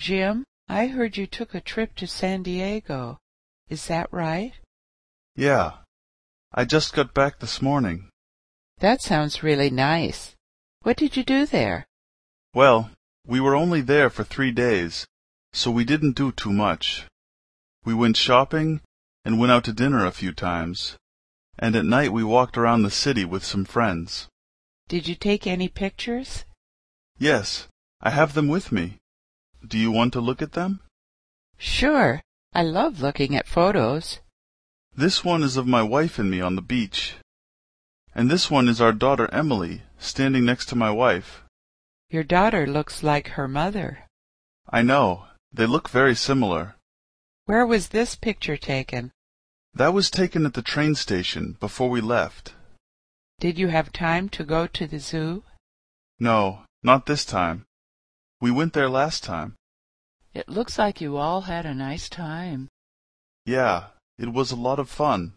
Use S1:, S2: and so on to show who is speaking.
S1: Jim, I heard you took a trip to San Diego. Is that right?
S2: Yeah. I just got back this morning.
S1: That sounds really nice. What did you do there?
S2: Well, we were only there for three days, so we didn't do too much. We went shopping and went out to dinner a few times, and at night we walked around the city with some friends.
S1: Did you take any pictures?
S2: Yes, I have them with me. Do you want to look at them?
S1: Sure. I love looking at photos.
S2: This one is of my wife and me on the beach. And this one is our daughter Emily, standing next to my wife.
S1: Your daughter looks like her mother.
S2: I know, they look very similar.
S1: Where was this picture taken?
S2: That was taken at the train station before we left.
S1: Did you have time to go to the zoo?
S2: No, not this time. We went there last time.
S1: It looks like you all had a nice time.
S2: Yeah, it was a lot of fun.